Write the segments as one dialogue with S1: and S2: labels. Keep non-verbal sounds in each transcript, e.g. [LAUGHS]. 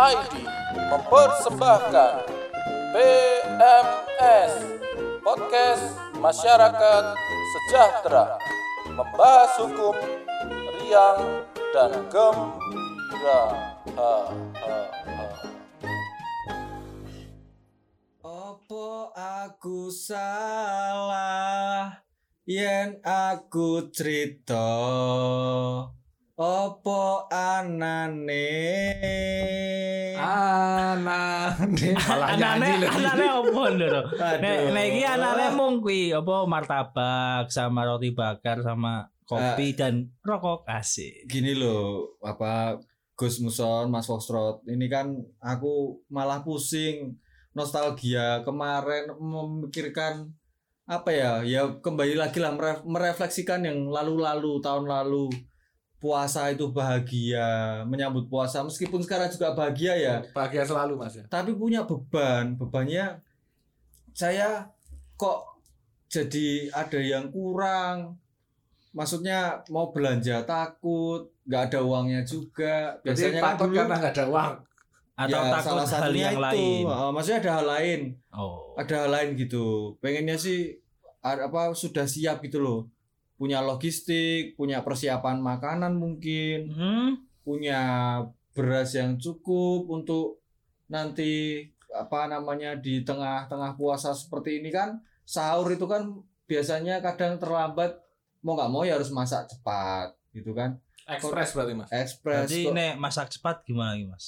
S1: ID mempersembahkan PMS Podcast Masyarakat Sejahtera Membahas hukum riang dan gembira Ha, ha, ha.
S2: Opo aku salah yen aku cerita opo anane [LAUGHS]
S3: anane
S4: anane [LAUGHS] anane opo ndoro nek
S2: Aduh.
S4: nek iki anane mung kuwi apa martabak sama roti bakar sama
S2: Eh.
S4: kopi dan rokok asik
S2: gini loh apa Gus Muson Mas Foxtrot ini kan aku malah pusing nostalgia kemarin memikirkan apa ya ya kembali lagi lah meref- merefleksikan yang lalu-lalu tahun lalu puasa itu bahagia menyambut puasa meskipun sekarang juga bahagia ya
S3: bahagia selalu mas ya
S2: tapi punya beban bebannya saya kok jadi ada yang kurang maksudnya mau belanja takut nggak ada uangnya juga
S3: jadi
S2: biasanya kan
S3: takut
S2: dulu
S3: karena nggak ada uang
S4: atau
S2: ya,
S4: takut
S2: salah
S4: hal
S2: satunya
S4: yang
S2: itu.
S4: lain
S2: Heeh, maksudnya ada hal lain
S4: oh
S2: ada hal lain gitu pengennya sih a- apa sudah siap gitu loh punya logistik punya persiapan makanan mungkin
S4: Hmm?
S2: punya beras yang cukup untuk nanti apa namanya di tengah-tengah puasa seperti ini kan sahur itu kan biasanya kadang terlambat mau nggak mau ya harus masak cepat gitu kan
S3: ekspres berarti mas
S2: ekspres
S4: berarti
S2: kok.
S4: nek masak cepat gimana iki mas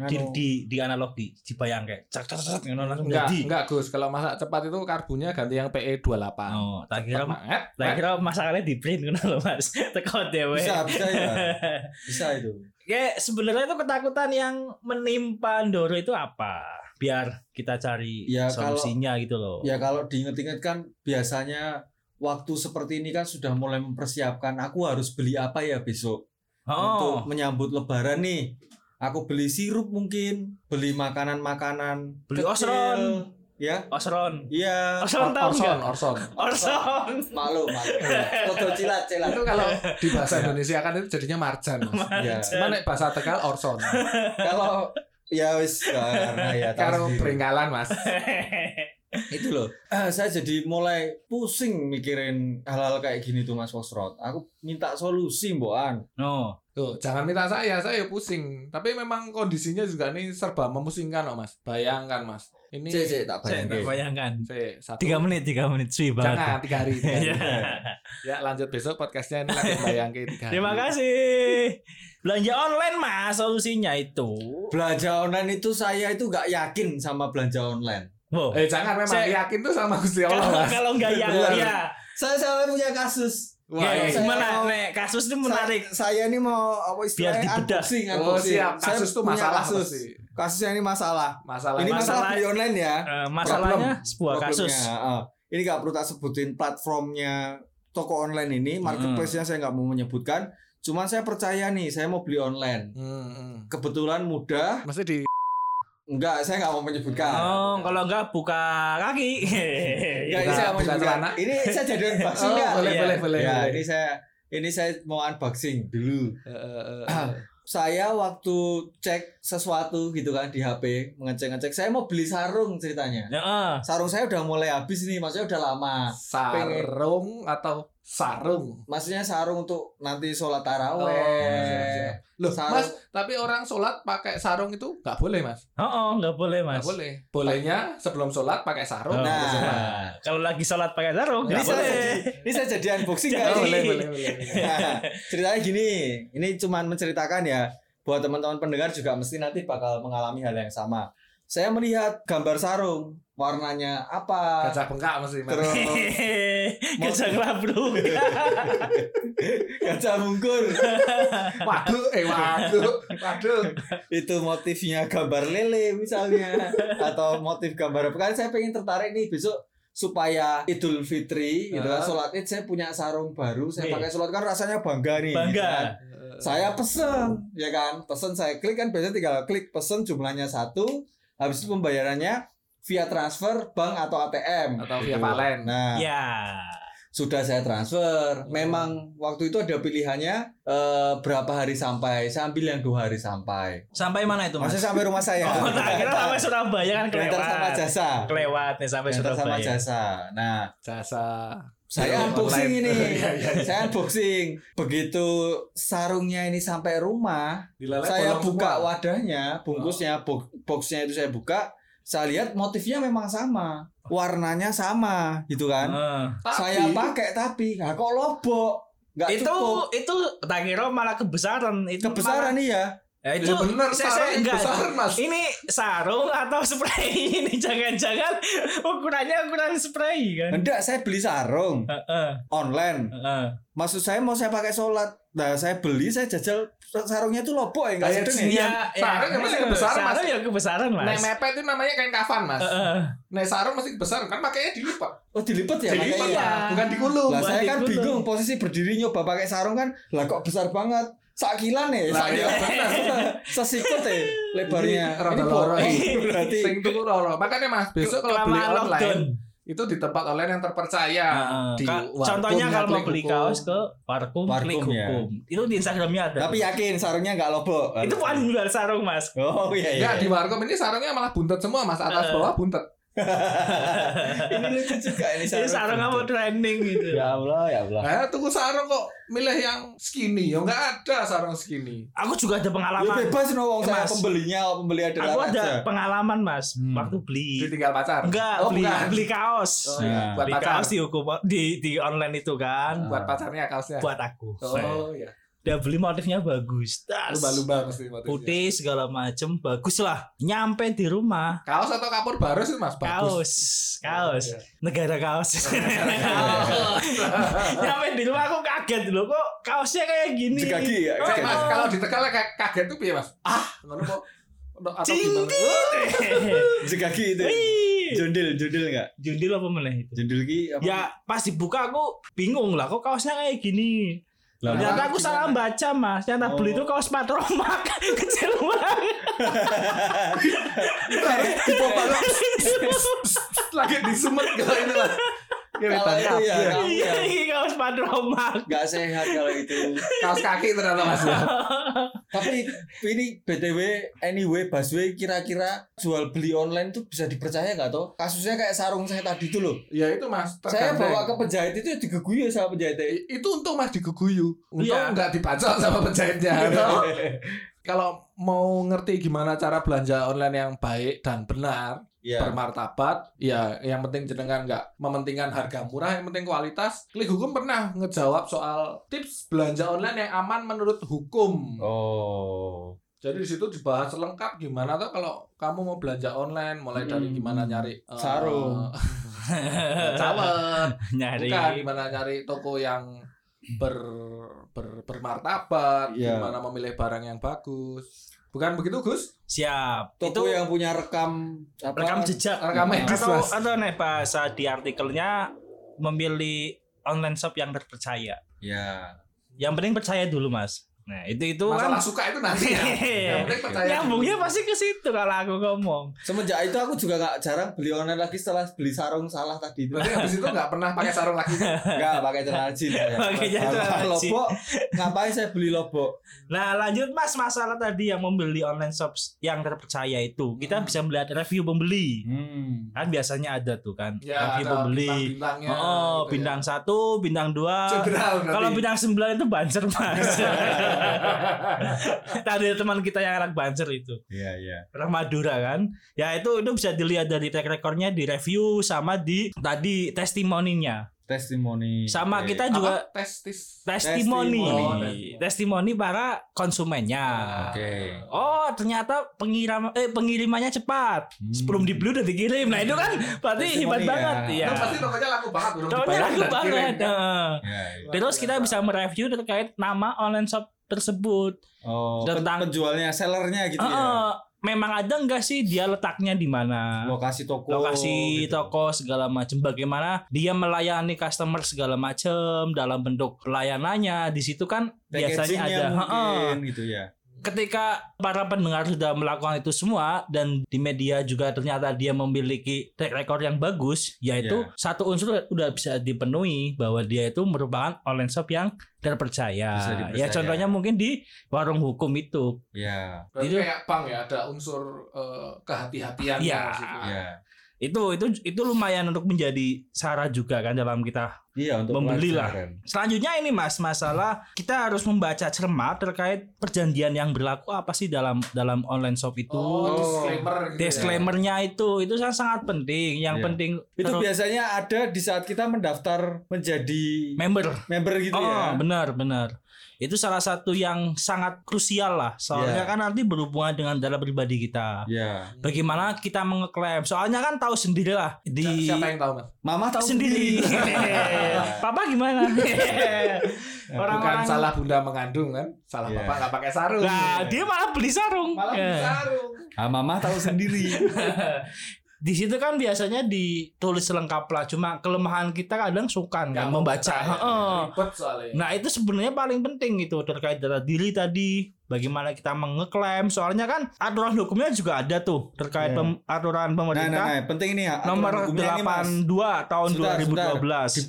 S2: Anu,
S4: di di, di analog di dibayang kayak cak cak cak ngono langsung
S3: enggak
S4: jadi
S3: enggak Gus kalau masak cepat itu karbunya ganti yang E PE
S4: oh
S3: 28
S4: tak
S3: Cepet
S4: kira
S3: banget
S4: tak kira masakannya di print ngono lho mas [LAUGHS] teko dhewe [LAUGHS]
S2: bisa bisa ya bisa itu
S4: Ya sebenarnya itu ketakutan yang menimpa Ndoro itu apa? Biar kita cari
S2: Ya, kalau-
S4: solusinya gitu loh.
S2: ya kalau diinget-inget kan biasanya waktu seperti ini kan sudah mulai mempersiapkan aku harus beli apa ya besok
S4: oh,
S2: untuk menyambut lebaran nih. Aku beli sirup mungkin, beli makanan-makanan
S4: Beli
S2: kecil.
S4: osron.
S2: Ya.
S4: Osron.
S2: Iya.
S4: Osron tahu
S3: Orson
S4: nggak?
S3: Orson
S4: Orson.
S2: Malu, malu. Foto cilat, cilat.
S3: itu kalau
S4: Iya.
S3: di bahasa Indonesia kan itu jadinya marjan mas
S2: Iya.
S3: Cuman nek bahasa Tegal Orson
S2: Kalau ya wis karena ya tahu
S3: karo
S2: sendiri.
S3: peringgalan mas
S2: itu loh. Eh, saya jadi mulai pusing mikirin hal-hal kayak gini tuh Mas Wasrot. Aku minta solusi, Mbokan.
S4: [LAUGHS] no.
S3: Tuh, jangan minta saya, saya ya pusing. Tapi memang kondisinya juga ini serba memusingkan loh, Mas. Bayangkan, Mas. Ini
S2: Cek, cek, tak
S4: Saya nggak
S2: bayangin.
S4: bayangkan.
S3: Cek, satu.
S4: Tiga menit, tiga menit sih
S3: Jangan,
S4: banget.
S3: tiga hari.
S4: [LAUGHS]
S3: tiga hari.
S4: Ya.
S3: ya, lanjut besok podcastnya ini lagi bayangin tiga hari.
S4: Terima kasih. Belanja online mas, solusinya itu.
S2: Belanja online itu saya itu nggak yakin sama belanja online.
S4: Wow.
S3: Eh, jangan memang
S4: Saya-
S3: yakin tuh sama
S2: ya
S3: Gusti Allah,
S4: Kalau
S3: Mas.
S4: kalau nggak
S2: Bener.
S4: ya, ya.
S2: Saya sampai punya kasus.
S3: Wah,
S4: Ya,
S3: ini-
S2: saya
S4: gimana?
S2: mau-
S4: Nek, kasus itu menarik.
S2: Saya, saya ini mau apa istilahnya
S4: dibedah.
S2: unboxing,
S3: Oh,
S2: unboxing.
S3: siap.
S2: Saya
S3: Kasus tuh
S2: punya
S3: masalah
S2: kasus.
S3: pasti.
S2: Kasusnya ini masalah.
S3: Masalah.
S2: ini masalah,
S4: masalah-
S2: beli online ya.
S4: Eh, masalahnya sebuah
S2: Problemnya,
S4: kasus.
S2: heeh. ini nggak perlu tak sebutin platformnya toko online ini,
S3: Hmm.
S2: marketplace-nya saya nggak mau menyebutkan. Cuman saya percaya nih, saya mau beli online.
S3: Hmm, hmm.
S2: Kebetulan mudah,
S3: Mesti di
S2: enggak, saya nggak mau menyebutkan.
S4: Oh, kalau enggak buka
S2: [LAUGHS]
S4: kaki.
S2: Nggak,
S4: Ya.
S3: buka-
S2: saya mau
S3: buka
S2: menyebutkan.
S3: iya. celana.
S2: Ini saya
S3: [LAUGHS]
S2: jadi unboxing
S3: Oh,
S2: nggak?
S3: boleh,
S4: Iya.
S3: boleh, boleh.
S2: ya,
S3: boleh.
S2: ini saya ini saya mau unboxing dulu.
S3: Eh, eh, eh, eh.
S2: saya waktu cek sesuatu gitu kan di HP mengecek-ngecek saya mau beli sarung ceritanya
S4: Heeh.
S2: sarung saya udah mulai habis nih maksudnya udah lama
S3: Sarung atau sarung?
S2: maksudnya sarung untuk nanti sholat
S3: Oh, iya.
S2: taraweh
S3: Loh,
S2: Sarung.
S3: Mas, tapi orang sholat pakai sarung itu nggak boleh, Mas.
S4: Heeh, enggak boleh, Mas.
S3: Nggak boleh. Bolehnya sebelum sholat pakai sarung.
S4: Oh,
S3: habis sholat.
S2: nah
S4: Kalau lagi sholat pakai sarung,
S2: ini
S4: enggak
S2: saya,
S4: boleh. [LAUGHS]
S2: jadi, ini saya jadi unboxing nggak
S3: Oh,
S2: nih?
S3: boleh, boleh, boleh.
S2: Nah, ceritanya gini ini cuman menceritakan ya buat teman-teman pendengar juga mesti nanti bakal mengalami hal yang sama saya melihat gambar sarung warnanya apa
S3: Gajah bengkak mesti Mas.
S2: terus
S4: Kerja kelabru.
S2: gajah mungkur
S3: Waduh, eh waduh, waduh.
S2: itu motifnya gambar lele misalnya atau motif gambar apa kan saya pengen tertarik nih besok supaya Idul Fitri gitu kan
S3: Ah.
S2: sholat Id saya punya sarung baru saya
S4: Nih.
S2: pakai sholat kan rasanya bangga nih gitu kan.
S4: Bangga.
S2: saya pesen ya kan pesen saya klik kan biasanya tinggal klik pesen jumlahnya satu habis itu pembayarannya via transfer bank atau ATM
S3: Atau
S2: Gitu.
S4: Iya.
S3: via Valen.
S2: nah
S4: Ya.
S2: sudah saya transfer. Memang waktu itu ada pilihannya eh, berapa hari sampai. Saya ambil yang dua hari sampai.
S4: Sampai mana itu mas?
S2: Maksudnya sampai rumah saya.
S4: Oh, nah, kita sampai Surabaya kan
S2: Diantar sama
S4: kelewat.
S2: jasa.
S4: Kelewat nih sampai
S2: Diantar sama
S4: Surabaya.
S2: jasa. Nah,
S3: jasa
S2: saya unboxing
S4: [LAUGHS]
S2: ini.
S3: [LAUGHS] Iya, iya, iya.
S2: Saya unboxing. Begitu sarungnya ini sampai rumah,
S3: Dilalek
S2: saya
S3: bolong
S2: buka
S3: semua.
S2: wadahnya,
S4: Oh.
S2: bungkusnya, bo- boxnya itu saya buka. Saya lihat motifnya memang sama, warnanya sama, gitu kan?
S4: Heeh.
S3: Tapi,
S2: Saya pakai tapi, nah, kok lobok? Nggak
S4: itu
S2: cukup.
S4: itu tak kira malah kebesaran itu
S2: Kebesaran iya.
S4: malah- ya, itu
S3: Ya bener
S4: saya, saya
S3: sarung
S4: enggak
S3: besar mas
S4: ini sarung atau spray [LAUGHS] ini jangan-jangan ukurannya ukuran spray kan
S2: Enggak, saya beli sarung
S4: Heeh,
S2: online.
S4: heeh.
S2: Maksud saya mau saya pakai sholat. Nah, saya beli, saya jajal sarungnya itu lobok ya, nggak
S3: Kayak
S2: sedeng ya.
S4: Iya,
S3: sini. sarung ya masih kebesaran, Mas.
S4: sarung ya kebesaran mas
S3: Nek mepet itu namanya kain kafan mas
S4: Heeh.
S3: Nek sarung mesti besar kan pakainya dilipat
S2: Oh, dilipat ya?
S3: Dilipat
S2: makanya.
S4: iya.
S3: Pak. bukan dikulung
S2: Lah
S4: Buat
S2: saya kan
S4: dikulung.
S2: bingung posisi berdiri nyoba pakai sarung kan. Lah kok besar banget. Sakilan ya,
S3: Lah, iya,
S2: sakilan.
S3: [LAUGHS]
S2: Sesikut ya lebarnya.
S3: Ini Iya, rada
S2: bohong,
S3: loro ini.
S2: Berarti
S3: sing tuku loro makanya mas besok kalau beli
S4: Kelamaan
S3: online
S4: lockdown.
S3: itu di tempat online yang terpercaya
S4: Heeh.
S3: Di
S4: Ka-
S3: warung, ya,
S4: contohnya kalau mau
S3: klik
S4: beli
S3: hukum.
S4: kaos ke Warkum, klik
S2: Warkum, ya.
S4: hukum. Itu di Instagramnya ada.
S2: tapi yakin sarungnya nggak lobok.
S4: itu bukan jual sarung mas.
S2: Oh iya iya.
S3: Enggak, di warung ini sarungnya malah buntet semua mas
S4: Eh.
S3: atas bawah buntet
S2: [LAUGHS] ini lucu juga ini sarung.
S4: Ini sarung apa trending gitu.
S2: Allah, ya Allah.
S3: Nah, tuku sarung kok milih yang skinny. Ya enggak ada sarung skinny.
S4: Aku juga ada
S2: Ya
S4: pengalaman.
S2: bebas no wong saya
S4: Mas.
S2: pembelinya, pembeli adalah
S4: Aku ada
S2: raja.
S4: pengalaman mas.
S2: Hmm.
S4: Waktu beli.
S3: Ditinggal pacar.
S4: Enggak,
S3: Oh,
S4: beli,
S3: bukan.
S4: beli kaos.
S3: Oh, iya.
S2: Nah.
S3: Buat
S4: Beli
S3: pacar.
S4: kaos di, hukum- di, di online itu kan.
S3: Buat pacarnya kaosnya.
S4: Buat aku.
S3: Oh iya.
S4: Udah beli motifnya bagus. Tas.
S3: Lumba-lumba mesti motifnya.
S4: Putih segala macem. Bagus lah. Nyampe di rumah.
S3: Kaos atau kapur baru sih mas? Bagus.
S4: Kaos. Kaos.
S3: Iya.
S4: Negara kaos.
S3: [LAUGHS]
S4: [LAUGHS]
S3: Kaos.
S4: Nyampe di rumah aku kaget loh kok kaosnya kayak gini.
S3: gitu.
S2: Jegagi ya,
S4: Oh,
S2: jegagi.
S3: Mas, kalau ditekan kayak kaget tuh piye mas? Ah, ngono kok. Atau- Atau
S4: Cing,
S3: gimana?
S2: Jegaki itu.
S4: [LAUGHS] Wih.
S2: Jundil, jundil enggak?
S4: Jundil apa meneh itu?
S2: Jundil ki apa?
S4: Ya pas dibuka aku bingung lah kok kaosnya kayak gini.
S2: Lah,
S4: Ternyata aku
S3: gimana?
S4: salah baca mas. Yang tak
S2: Oh.
S4: beli itu kaos patromak [LAUGHS] kecil
S3: [LAUGHS]
S4: banget.
S3: Lagi disumet kalau ini mas. Ya,
S2: Kalau itu
S3: ditangkap.
S2: ya, kalau itu
S4: Iya
S2: ya.
S4: ini kaos patromak.
S2: Enggak sehat kalau itu.
S3: Kaos kaki ternyata mas. ya.
S4: [LAUGHS]
S2: Tapi ini BTW anyway Baswe kira-kira jual beli online tuh bisa dipercaya nggak toh? Kasusnya kayak sarung saya tadi itu loh.
S3: Ya itu mas.
S2: Saya
S3: tergandeng.
S2: bawa ke penjahit itu digeguyu sama penjahit.
S3: I- itu untung mas diguguyu untung
S4: Iya.
S3: nggak dipacok sama penjahitnya Atau kalau mau ngerti gimana cara belanja online yang baik dan benar
S2: [LAUGHS] Iya.
S3: bermartabat ya yang penting jenengan nggak mementingkan harga murah yang penting kualitas klik hukum pernah ngejawab soal tips belanja online yang aman menurut hukum
S2: Oh.
S3: jadi di situ dibahas lengkap gimana tuh kalau kamu mau belanja online mulai dari
S2: Hmm.
S3: gimana nyari eh, [LAUGHS]
S2: Sarung.
S3: cawet
S2: [LAUGHS]
S4: Nyari.
S3: Bukan gimana nyari toko yang ber, ber- bermartabat,
S2: Iya.
S3: gimana memilih barang yang bagus. Bukan begitu, Gus?
S4: Siap.
S2: Toko
S4: itu
S2: yang punya rekam apa?
S4: rekam jejak.
S2: Iya.
S3: Rekam medis,
S4: Atau
S3: Ah, Mas.
S4: atau nih bahasa di artikelnya memilih online shop yang terpercaya.
S2: Ya.
S4: Yang penting percaya dulu mas. Nah itu itu kan [LAUGHS] Iya.
S3: Masalah suka itu nanti
S2: [LAUGHS]
S3: ya.
S2: Iya.
S3: yang penting percaya.
S4: nyambungnya
S3: dulu.
S4: pasti ke situ kalau aku ngomong.
S2: Semenjak itu aku juga nggak jarang beli online lagi setelah beli sarung salah tadi
S4: [LAUGHS]
S2: itu.
S3: Berarti habis itu nggak pernah pakai sarung lagi.
S2: Enggak pakai celana jeans. saya.
S4: Pakainya
S2: Kalau
S4: celana jeans.
S2: Lobok ngapain saya beli lobok?
S4: Nah lanjut mas masalah tadi yang membeli online shop yang terpercaya itu kita
S3: Hmm.
S4: bisa melihat review pembeli
S2: Hmm.
S4: kan biasanya ada tuh kan review
S3: Ya, ada
S4: pembeli
S3: bintang-bintangnya,
S4: oh
S3: gitu ya.
S4: bintang satu bintang dua
S3: Jenderal berarti.
S4: kalau bintang sembilan itu banser
S3: [LAUGHS]
S4: mas tadi ada teman kita yang anak banser itu
S2: Iya iya.
S4: orang Madura kan ya itu itu bisa dilihat dari track recordnya di review sama di tadi testimoninya
S2: Testimoni.
S4: sama
S2: Oke.
S4: kita
S3: Apa?
S4: juga
S3: testis.
S4: testimoni
S3: Testimoni. Ah.
S4: testimoni para konsumennya
S2: Oke.
S4: Oh ternyata pengiram eh pengirimannya cepat.
S2: Hmm.
S4: Sebelum dibeli udah dikirim. Nah itu kan berarti
S2: Testimoni
S4: hebat
S2: ya.
S4: banget ya.
S3: Itu Kan pasti tokonya laku banget. belum
S4: Tahunya
S3: dibayar,
S4: laku
S3: udah dikirim.
S4: banget. Heeh.
S2: Ya, iya.
S4: Terus kita bisa mereview terkait nama online shop tersebut.
S2: Oh, pen-
S4: Tentang-
S2: penjualnya, sellernya gitu ya.
S4: Heeh. Memang ada nggak sih dia letaknya di mana?
S2: Lokasi toko.
S4: Lokasi
S2: gitu.
S4: toko segala macam. Bagaimana dia melayani customer segala macam dalam bentuk pelayanannya. Di situ kan
S2: Packagingnya
S4: biasanya ada. Heeh.
S2: mungkin gitu ya.
S4: ketika para pendengar sudah melakukan itu semua dan di media juga ternyata dia memiliki track record yang bagus yaitu
S2: Ya.
S4: satu unsur udah bisa dipenuhi bahwa dia itu merupakan online shop yang terpercaya.
S2: Bisa dipercaya.
S4: Ya contohnya mungkin di warung hukum itu.
S2: ya
S3: Berarti
S4: Itu-
S3: kayak pang ya ada unsur eh, kehati-hatian gitu."
S4: Iya.
S3: di situ.
S2: ya
S4: Itu itu itu lumayan untuk menjadi sarah juga kan dalam kita
S2: iya untuk
S4: Membeli lah.
S2: pelajaran.
S4: Selanjutnya ini Mas, masalah kita harus membaca cermat terkait perjanjian yang berlaku apa sih dalam dalam online shop itu.
S2: Oh.
S3: Oh, disclaimer gitu. Ya.
S4: Disclaimernya itu itu sangat sangat penting. Yang
S2: Iya.
S4: penting
S2: itu
S4: terus-
S2: biasanya ada di saat kita mendaftar menjadi
S4: member.
S2: member gitu
S4: oh,
S2: ya
S4: benar benar. Itu salah satu yang sangat krusial lah.
S2: Iya.
S4: Soalnya kan nanti berhubungan dengan data pribadi kita.
S2: ya
S4: Bagaimana kita mengeklaim? Soalnya kan tahu sendirilah di
S3: Siapa yang tahu, Mas?
S2: mama tahu
S4: sendiri. [LAUGHS] Papa gimana?
S3: Bukan
S4: Orang-orang
S3: salah bunda mengandung kan? Salah
S2: Iya.
S3: bapak nggak pakai sarung.
S4: Nah, dia malah beli sarung.
S3: malah
S4: Eh.
S3: beli sarung.
S2: ah mama tahu sendiri
S4: [LAUGHS] di situ kan biasanya ditulis lengkap lah cuma kelemahan kita kadang suka
S3: Nggak ya.
S4: nggak
S3: mau
S4: membaca
S3: percaya.
S4: Heeh.
S3: Ribet soalnya.
S4: nah itu sebenarnya paling penting itu terkait data diri tadi bagaimana kita mengeklaim soalnya kan aturan hukumnya juga ada tuh
S2: Iya.
S4: terkait pem- aturan
S2: nah, nah,
S4: pemerintah
S2: nah, penting ini ya aturan
S4: nomor
S2: hukumnya ini, Mas.
S4: 82 tahun
S2: Sebentar,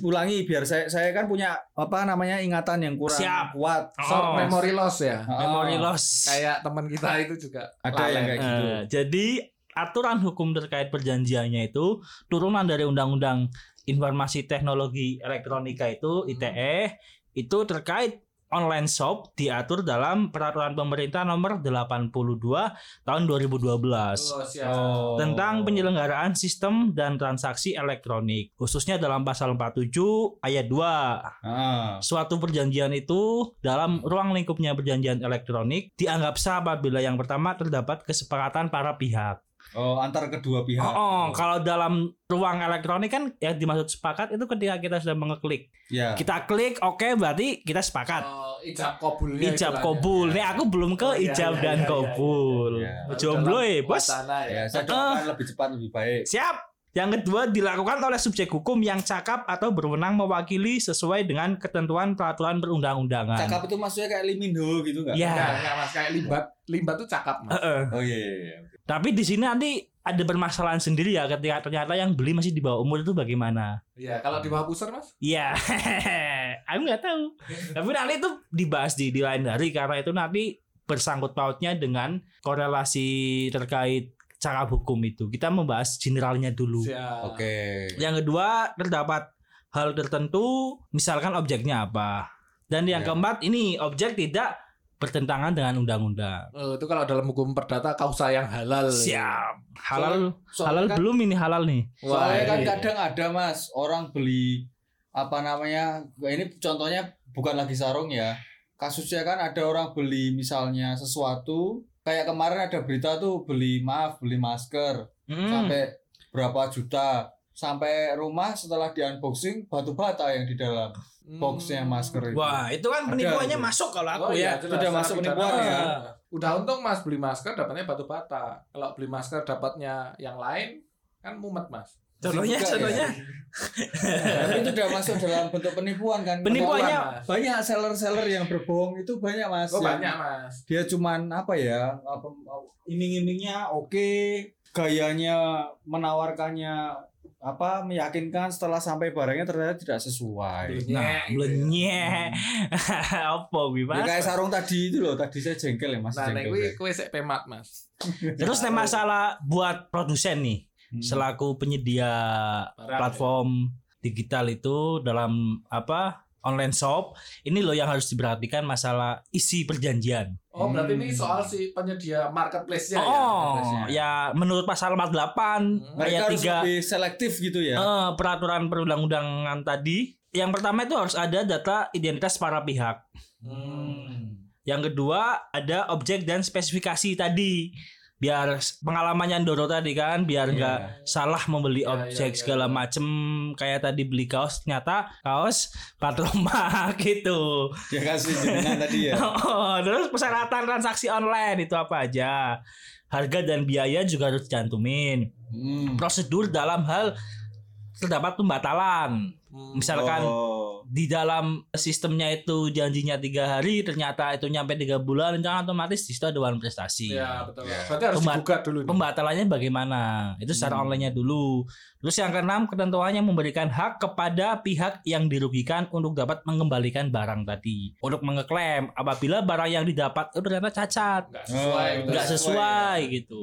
S4: 2012
S2: diulangi biar saya saya kan punya apa namanya ingatan yang kurang
S4: Siap.
S2: kuat
S4: Oh.
S3: Short
S4: Nah,
S3: memory loss ya.
S2: Ah,
S4: memory loss
S3: Kayak teman kita itu juga.
S2: ada
S3: lalai.
S2: yang kayak gitu
S4: Eh, jadi aturan hukum terkait perjanjiannya itu turunan dari Undang-Undang Informasi Teknologi Elektronika
S2: Hmm.
S4: itu ITE itu terkait online shop diatur dalam peraturan pemerintah nomor 82 tahun 2012
S3: Oh, siap.
S2: Oh.
S4: Eh, tentang penyelenggaraan sistem dan transaksi elektronik khususnya dalam pasal 47 ayat 2
S2: Ah,
S4: Suatu perjanjian itu dalam ruang lingkupnya perjanjian elektronik dianggap sah apabila yang pertama terdapat kesepakatan para pihak.
S2: oh antar kedua
S3: Ya.
S2: pihak
S4: Oh, kalau dalam ruang elektronik kan yang dimaksud sepakat itu ketika kita sudah mengeklik.
S2: ya
S4: Kita klik oke berarti kita sepakat.
S3: Oh, ijab kabulnya. ya.
S4: Ijab
S3: istilahnya.
S4: kobul. Nih aku belum
S3: Oh,
S4: ke
S3: iya,
S4: ijab
S3: iya,
S4: dan
S3: iya,
S4: kobul.
S2: iya, iya.
S3: Baru
S4: Jomblo
S3: dalam
S4: ya, Bos.
S3: wacana ya.
S2: ya
S4: Eh.
S2: saya doakan lebih cepat lebih baik
S4: Siap. Yang kedua dilakukan oleh subjek hukum yang cakap atau berwenang mewakili sesuai dengan ketentuan peraturan perundang-undangan.
S2: cakap itu maksudnya kayak liminho gitu nggak
S4: Ya.
S3: Enggak, enggak, Mas, kayak limbat. Limbat tuh cakap, Mas.
S4: Heeh.
S2: oh iya, iya, iya.
S4: Tapi di sini nanti ada permasalahan sendiri ya ketika ternyata yang beli masih di bawah umur itu bagaimana?
S3: Iya, kalau di bawah pusar, Mas.
S4: Iya, [LAUGHS] aku nggak tahu. Tapi nanti itu dibahas di, di lain hari karena itu nanti bersangkut pautnya dengan korelasi terkait cara hukum itu. Kita membahas generalnya dulu.
S3: Siap.
S2: oke
S4: Yang kedua terdapat hal tertentu, misalkan objeknya apa. Dan
S2: Ya.
S4: yang keempat ini objek tidak bertentangan dengan undang-undang.
S3: Eh, itu kalau dalam hukum perdata kausa yang halal.
S4: Siap, halal, halal
S2: Soalnya kan-
S4: belum ini halal nih.
S3: Wah,
S2: Soalnya kan
S3: iya.
S2: kadang ada mas orang beli apa namanya ini contohnya bukan lagi sarung ya kasusnya kan ada orang beli misalnya sesuatu kayak kemarin ada berita tuh beli maaf beli masker
S4: Mm.
S2: sampai berapa juta sampai rumah setelah di unboxing batu bata yang di dalam
S3: Hmm.
S2: boxnya masker itu.
S4: Wah, itu kan
S2: Ada
S4: penipuannya
S2: itu.
S4: masuk kalau aku
S3: Oh,
S4: ya.
S3: iya, jelas.
S2: Sudah
S3: Secara
S2: masuk
S3: pidana.
S2: penipuan ya.
S3: Udah untung Mas beli masker dapatnya batu bata. Kalau beli masker dapatnya yang lain kan mumet Mas.
S2: Juga
S4: Contohnya,
S2: ya.
S4: contohnya
S2: Tapi itu udah masuk dalam bentuk penipuan kan.
S4: Penipuan. Pokoknya-
S3: Mumet, Mas.
S2: Banyak seller-seller yang berbohong itu banyak mas.
S3: Oh,
S2: Yang
S3: banyak Mas.
S2: Dia cuman apa ya? apa, Iming-imingnya oke, gayanya menawarkannya apa meyakinkan setelah sampai barangnya ternyata tidak sesuai. Hmm.
S3: Belenyek
S4: nah,
S3: gitu ya.
S4: blenyek. [LAUGHS] Apa gue, Mas?
S2: Ya, kayak sarung tadi itu loh, tadi saya jengkel ya mas.
S3: Nah, nek
S2: jengkel
S3: kuwi
S2: saya.
S3: kowe sik pemat Mas.
S4: Ya, Terus nih masalah buat produsen nih,
S2: Hmm.
S4: selaku penyedia
S3: Barang,
S4: platform digital itu dalam apa? online shop. Ini loh yang harus diperhatikan masalah isi perjanjian.
S3: ya. Oh, berarti
S2: Hmm.
S3: ini soal si penyedia marketplace-nya ya.
S4: oh,
S2: Iya, atasnya. Hmm.
S4: ya menurut pasal 48
S2: Mereka
S4: ayat
S2: harus
S4: 3
S2: lebih selektif gitu ya.
S3: Oh.
S4: Eh, peraturan perundang-undangan tadi yang pertama itu harus ada data identitas para pihak
S3: Hmm.
S4: yang kedua ada objek dan spesifikasi tadi biar s- pengalamannya Doro tadi kan biar
S2: Iya.
S4: nggak salah membeli
S3: Iya,
S4: objek
S3: iya, iya,
S4: segala
S3: iya.
S4: macem kayak tadi beli kaos ternyata kaos patroma [LAUGHS] gitu
S2: Ya kasih jenengan tadi
S3: [LAUGHS]
S2: ya.
S3: Iya.
S4: Oh, terus persyaratan transaksi online itu apa aja harga dan biaya juga harus dicantumin
S2: Hmm.
S4: prosedur dalam hal terdapat pembatalan.
S3: Hmm.
S4: Misalkan
S2: oh.
S4: di dalam sistemnya itu janjinya tiga hari, ternyata itu nyampe tiga bulan, rencana otomatis di situ ada one prestasi.
S3: Ya betul.
S2: Ya.
S3: Berarti harus
S4: Pembat-
S3: dibuka dulu. nih.
S4: Pembatalannya bagaimana? Itu secara
S2: Hmm.
S4: online-nya dulu. Terus yang keenam, ketentuannya memberikan hak kepada pihak yang dirugikan untuk dapat mengembalikan barang tadi. Untuk mengeklaim apabila barang yang didapat itu ternyata cacat,
S3: Nggak sesuai.
S2: Oh,
S3: gitu.
S4: nggak
S2: Nggak
S4: sesuai gitu.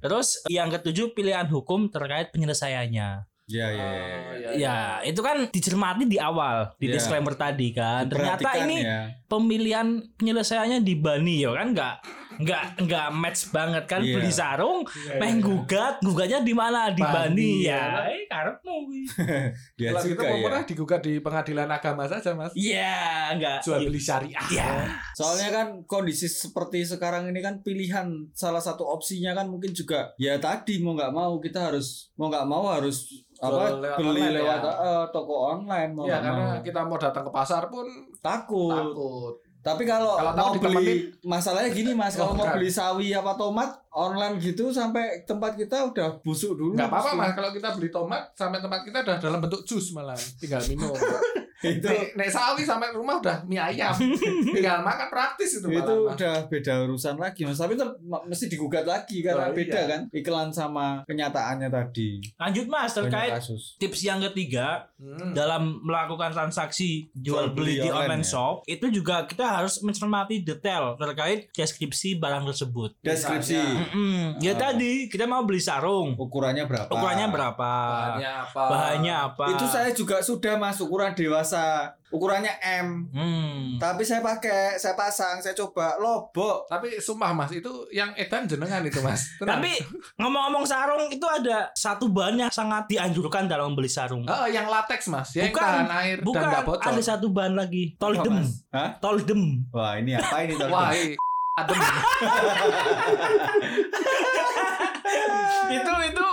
S4: Terus yang ketujuh, pilihan hukum terkait penyelesaiannya.
S2: Iya, iya, iya.
S3: Oh, iya, iya.
S4: Ya, itu kan dicermati di awal, di
S2: Ya.
S4: disclaimer tadi kan. Ternyata
S2: Perhatikan
S4: ini
S2: ya.
S4: pemilihan penyelesaiannya di Bani ya kan nggak nggak nggak match banget kan
S2: Iya.
S4: beli sarung
S3: Iya,
S4: pengen
S3: iya.
S4: gugat gugatnya di mana di
S3: Bani,
S4: Bani
S3: ya.
S4: ya eh karepmu
S2: [LAUGHS]
S4: kuwi.
S2: dia
S3: Kalau gitu
S2: juga
S3: mau
S2: ya.
S3: pernah digugat di pengadilan agama saja mas.
S4: Iya, nggak
S3: Jual beli syariah.
S4: Iya.
S2: Soalnya kan kondisi seperti sekarang ini kan pilihan salah satu opsinya kan mungkin juga ya tadi mau nggak mau kita harus mau nggak mau harus apa
S3: lewat
S2: beli
S3: online
S2: lewat
S3: ya.
S2: eh, toko online mau
S3: Iya
S2: nggak
S3: karena
S2: mau.
S3: kita mau datang ke pasar pun
S2: Takut.
S3: takut.
S2: Tapi kalau,
S3: Kalau tahu
S2: mau
S3: ditemenin.
S2: beli masalahnya gini Mas, kalau
S3: Oh,
S2: mau
S3: bukan.
S2: beli sawi apa tomat online gitu sampai tempat kita udah busuk
S4: Iya,
S2: dulu.
S3: Nggak apa-apa
S2: pasti.
S3: mas kalau kita beli tomat sampai tempat kita udah dalam bentuk jus malah tinggal
S4: [LAUGHS]
S3: minum.
S2: Itu
S3: Nek, nek sawi sampai rumah udah mie ayam tinggal makan praktis itu
S2: itu
S3: malah. Mas.
S2: udah beda urusan lagi Mas. Tapi tetap ma- mesti digugat lagi karena
S3: Oh, iya.
S2: beda kan iklan sama kenyataannya tadi.
S4: lanjut mas
S2: Banyak
S4: terkait
S2: kasus.
S4: tips yang ketiga
S3: Hmm.
S4: dalam melakukan transaksi jual
S2: Jual beli
S4: beli di
S2: online,
S4: online
S2: ya.
S4: shop itu juga kita harus mencermati detail terkait deskripsi barang tersebut.
S2: Deskripsi
S3: Misalnya.
S4: Mm-mm. Ya
S2: Ah.
S4: tadi kita mau beli sarung,
S2: ukurannya berapa?
S4: ukurannya berapa,
S3: Bahannya apa?
S4: bahannya apa.
S2: Itu saya juga sudah mas ukuran dewasa, ukurannya M.
S4: Hmm.
S2: Tapi saya pakai, saya pasang, saya coba lobok.
S3: Tapi sumpah mas itu yang edan jenengan itu mas.
S4: [LAUGHS]
S3: Tenang.
S4: Tapi ngomong-ngomong sarung itu ada satu bahan yang sangat dianjurkan dalam membeli sarung.
S3: Oh, yang latex mas, ya yang
S4: Bukan,
S3: tahan air dan
S4: Bukan,
S3: nggak bocor.
S4: ada satu bahan lagi,
S2: Apa,
S4: toldem,
S2: Mas? Hah?
S4: toldem.
S2: Wah ini apa ini tolong?
S3: Wah, ini adem.
S4: [LAUGHS] itu itu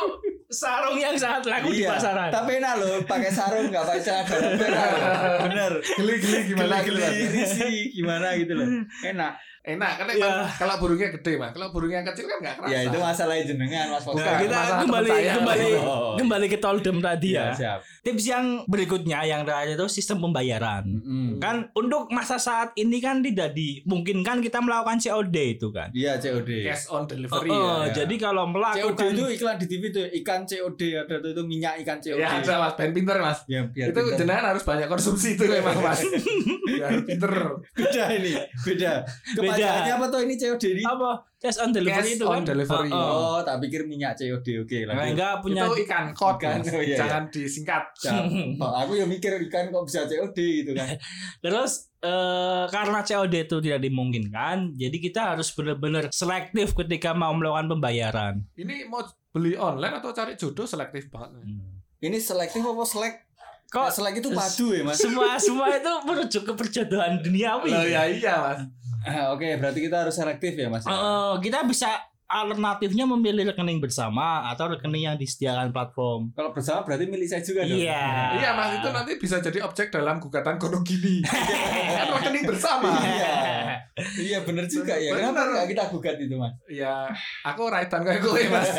S4: sarung yang sangat laku di
S2: Iya,
S4: pasaran. Nah,
S2: tapi enak loh pakai sarung nggak pakai celana dalam tuh enak loh. bener
S3: Geli-geli
S2: Geli-geli, risih, gimana gitu loh enak
S3: Enak, karena
S4: Iya.
S3: kan kalau burungnya gede mas, kalau burungnya kecil kan nggak kerasa.
S2: ya itu masalah jenengan mas Foster.
S4: Nah, kita
S3: masalah
S4: kembali
S3: teman saya.
S4: kembali
S2: Oh.
S4: kembali ke toldem tadi
S2: Iya,
S4: ya.
S2: siap
S4: Tips yang berikutnya yang terakhir itu sistem pembayaran.
S3: Hmm.
S2: Mm-mm.
S4: Kan untuk masa saat ini kan tidak dimungkinkan kita melakukan COD itu kan.
S2: iya COD
S3: Cash
S4: Oh,
S3: on delivery.
S4: oh,
S3: ya.
S4: jadi kalau melakukan
S2: COD itu iklan di TV tuh ikan COD ada tuh itu minyak ikan COD
S4: iya.
S3: ya ada mas, ben pinter mas.
S2: Ya, biar
S3: itu
S2: pinter.
S3: jenengan harus banyak konsumsi itu memang
S4: [LAUGHS]
S3: mas. Biar pinter.
S2: beda ini beda kepanjangannya apa tuh ini COD ini
S4: apa cash on delivery
S3: Cash
S4: itu
S3: on
S4: kan.
S3: delivery.
S4: Oh, oh.
S2: oh tak pikir minyak COD oke lanjut
S4: Rangga punya
S3: Itu ikan kod
S2: Ikan,
S3: Mas.
S2: oh, iya,
S3: jangan disingkat.
S2: Siap. Nah, aku ya mikir ikan kok bisa COD gitu kan
S4: Terus eh, karena COD itu tidak dimungkinkan, jadi kita harus benar-benar selektif ketika mau melakukan pembayaran.
S3: Ini mau beli online atau cari jodoh selektif banget.
S2: ini selektif apa selek
S4: Kok
S2: selek itu padu ya mas
S4: semua semua itu merujuk ke perjodohan duniawi.
S2: Oh,
S3: Loh, ya iya mas.
S2: Ah, Oke, berarti kita harus selektif ya mas.
S4: Eh, eh, kita bisa alternatifnya memilih rekening bersama atau rekening yang disediakan platform.
S2: Kalau bersama berarti milik saya juga dong.
S4: Iya.
S3: Iya mas itu nanti bisa jadi objek dalam gugatan kono
S4: [LAUGHS]
S3: gini. kan rekening bersama.
S2: Iya. [LAUGHS] iya bener juga ya.
S3: Bener.
S2: Kenapa nggak kita gugat itu mas?
S4: Iya.
S3: Ya aku raitan kayak gue mas.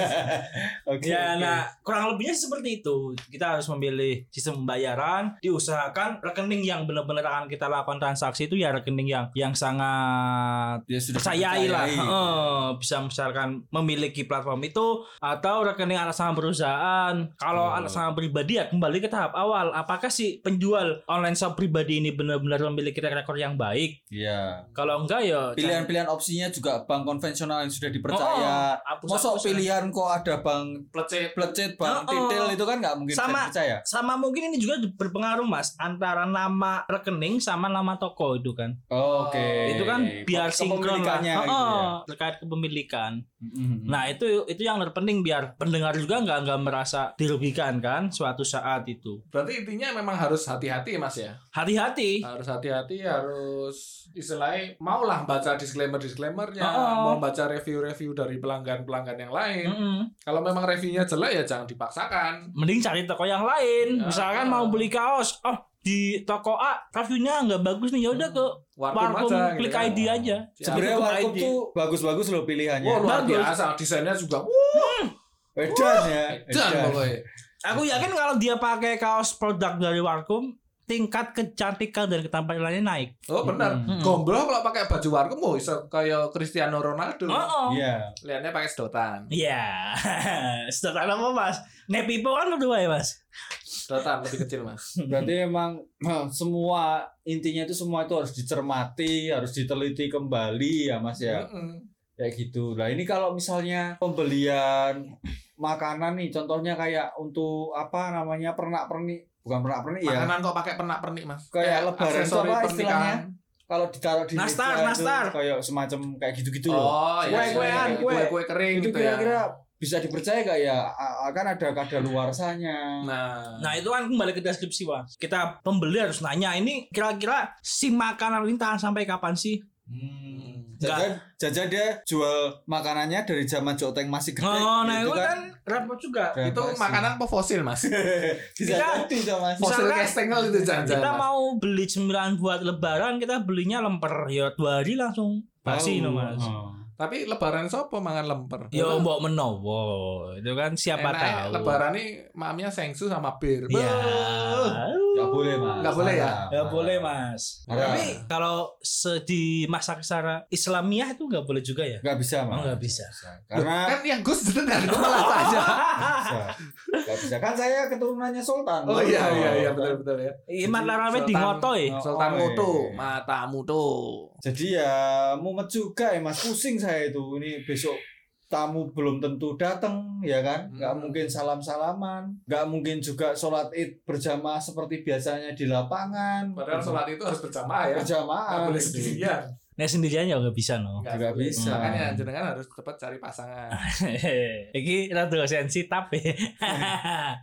S2: Oke.
S4: Ya,
S2: oke.
S4: nah kurang lebihnya seperti itu. Kita harus memilih sistem pembayaran, diusahakan rekening yang benar-benar akan kita lakukan transaksi itu ya rekening yang yang sangat
S2: Ya, sudah
S4: percayai lah.
S2: dipercayai.
S4: Heeh, bisa misalkan memiliki platform itu atau rekening atas nama perusahaan. Kalau
S2: Oh.
S4: atas nama pribadi ya kembali ke tahap awal. Apakah si penjual online shop pribadi ini benar-benar memiliki rekor yang baik?
S2: Iya.
S4: Kalau enggak ya
S2: Pilihan-pilihan opsinya juga bank konvensional yang sudah dipercaya.
S4: Oh,
S2: Mosok
S4: hapus-hapus.
S2: pilihan kok ada bank
S3: Plecet.
S2: plecet, bank
S4: Oh, oh.
S2: titil itu kan nggak mungkin
S4: Sama.
S2: bisa dipercaya.
S4: sama mungkin ini juga berpengaruh mas antara nama rekening sama nama toko itu kan
S2: Oke.
S4: itu kan biar sinkron lah
S2: Kepemilikannya
S4: Oh,
S2: gitu ya. Mm-hmm.
S4: oh, terkait kepemilikan
S2: Mm-mm.
S4: nah itu itu yang terpenting biar pendengar juga nggak nggak merasa dirugikan kan suatu saat itu
S3: Berarti intinya memang harus hati-hati mas ya.
S4: hati-hati
S3: Harus hati-hati, harus istilahnya maulah baca disclaimer-disclaimernya,
S4: Oh.
S3: mau baca review-review dari pelanggan-pelanggan yang lain.
S4: Mm-mm.
S3: Kalau memang reviewnya jelek ya jangan dipaksakan.
S4: mending cari toko yang lain
S3: Ya.
S4: misalkan mau beli kaos oh di toko A reviewnya nggak bagus nih ya udah ke
S3: Warkum
S4: warung
S3: aja.
S4: klik
S3: kan.
S4: ID aja
S3: Siap.
S2: Ya. Sebenarnya
S4: Itu
S2: Warkop
S4: ID.
S2: tuh bagus-bagus loh pilihannya.
S3: Wah luar
S4: Bagus.
S3: biasa, desainnya juga. Wuh,
S4: Iya.
S2: Edan ya.
S3: edan pokoknya.
S4: Mm. Aku yakin kalau dia pakai kaos produk dari Warkum, tingkat kecantikan dan ketampilannya naik.
S3: Oh benar.
S4: Mm-mm.
S3: Gombrol kalau pakai baju warung mau bisa kayak Cristiano Ronaldo.
S4: Oh. Iya.
S2: Iya.
S3: Lihatnya pakai sedotan.
S4: [LAUGHS] Sedotan apa, Mas? Nepipo kan kedua ya, Mas.
S3: Sedotan lebih kecil, Mas.
S2: [LAUGHS] Berarti emang eh, semua intinya itu semua itu harus dicermati, harus diteliti kembali ya Mas ya.
S3: Mm-mm.
S2: Kayak gitu. Nah, ini kalau misalnya pembelian makanan nih contohnya kayak untuk apa namanya pernak-pernik, bukan pernak-pernik ya.
S3: Makanan kok pakai pernak-pernik, Mas.
S2: Kayak lebaran itu
S3: aksesori
S2: apa
S3: pernikahan.
S2: Kalau ditaruh di meja
S4: Nastar,
S2: itu
S4: nastar.
S2: kayak semacam kayak gitu-gitu loh.
S3: Oh, iya.
S2: Kue-kuean,
S3: iya, iya.
S2: kue.
S3: kue-kue kering
S2: itu
S3: gitu ya.
S2: kira-kira bisa dipercaya gak ya? A- Akan ada kadaluarsanya.
S3: Nah,
S4: Nah itu kan kembali ke deskripsi mas. Kita pembeli harus nanya ini kira-kira si makanan ini tahan sampai kapan sih?
S2: Hmm. Jajan, jajan dia jual makanannya dari zaman Joteng masih gede.
S4: Oh, nah
S2: gitu
S4: itu kan repot juga.
S2: Dan
S3: itu
S2: pasti.
S3: makanan apa fosil, Mas?
S2: [LAUGHS] bisa
S4: Kita-
S2: jadi tuh mas.
S4: Bisa.
S3: Fosil
S4: Misalkan
S3: kastengel itu jangan-jangan.
S4: Kita
S3: Mas.
S4: mau beli cemilan buat lebaran, kita belinya lemper ya dua hari langsung basi no mas.
S2: Oh.
S3: Tapi lebaran sopo mangan lemper?
S4: Ya mbok menowo, itu kan siapa
S3: Enaknya
S4: tahu.
S3: Lebaran nih mamnya sengsu sama bir.
S4: Ya.
S2: Gak boleh mas.
S3: Nggak boleh ya?
S2: Haram.
S4: Ya boleh mas.
S2: Haram.
S4: Tapi kalau se- di masa secara Islamiah itu nggak boleh juga ya?
S2: nggak bisa mas.
S4: Oh, nggak
S3: [LAUGHS]
S4: bisa.
S2: Karena
S3: Kan yang Gus sedengar malah saja.
S2: bisa. Nggak bisa. Kan saya keturunannya Sultan.
S3: Oh iya iya iya betul betul ya.
S4: Iman larawet di ya?
S3: Sultan-
S4: ngotoy.
S2: Oh,
S3: Sultan
S2: oh,
S3: Moto,
S2: iya.
S3: matamu tuh.
S2: Jadi ya mumet juga ya mas. Pusing saya itu. Ini besok tamu belum tentu datang ya kan nggak
S3: Hmm.
S2: mungkin salam salaman nggak mungkin juga sholat id berjamaah seperti biasanya di lapangan
S3: Padahal sholat itu harus berjamaah ya.
S2: berjamaah
S3: Nggak boleh
S2: gitu.
S3: sendirian.
S4: Nah sendirian ya nggak bisa no. [LAUGHS]
S3: Nggak
S2: Nggak
S3: boleh.
S2: bisa.
S3: Makanya jenengan harus cepat cari pasangan.
S4: Iki rada sensi tapi. [LAUGHS]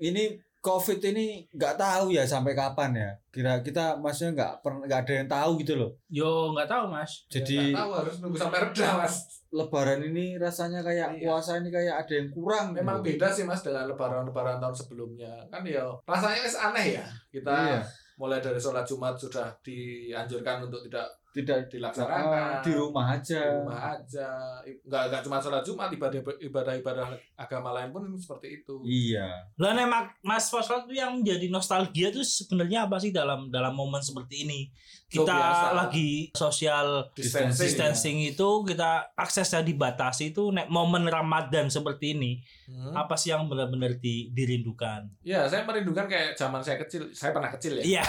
S2: ini COVID ini nggak tahu ya sampai kapan ya. Kira kita maksudnya nggak pernah nggak ada yang tahu gitu loh.
S4: Yo nggak tahu mas.
S2: Jadi
S3: Iya, Nggak tahu harus nunggu sampai reda mas.
S2: Lebaran ini rasanya kayak
S3: Iya.
S2: puasa ini kayak ada yang kurang.
S3: Memang
S2: gitu.
S3: beda sih mas dengan lebaran-lebaran tahun sebelumnya. Kan ya rasanya wis aneh ya. Kita
S2: Iya.
S3: mulai dari sholat Jumat sudah dianjurkan untuk tidak
S2: tidak
S3: dilaksanakan.
S2: eh, di rumah aja.
S3: di rumah aja I- nggak nggak cuma sholat jumat ibadah ibadah ibadah agama lain pun seperti itu
S2: Iya.
S4: Lah nih Mak- Mas Fosfat tuh yang menjadi nostalgia tuh sebenarnya apa sih dalam dalam momen seperti ini?
S3: Yo,
S4: Kita
S3: biasa. ya.
S4: lagi social
S2: Distancing.
S4: distancing itu kita aksesnya dibatasi itu nek momen Ramadan seperti ini
S3: Hmm.
S4: apa sih yang benar-benar di- dirindukan?
S3: ya saya merindukan kayak zaman saya kecil saya pernah kecil ya
S4: Iya.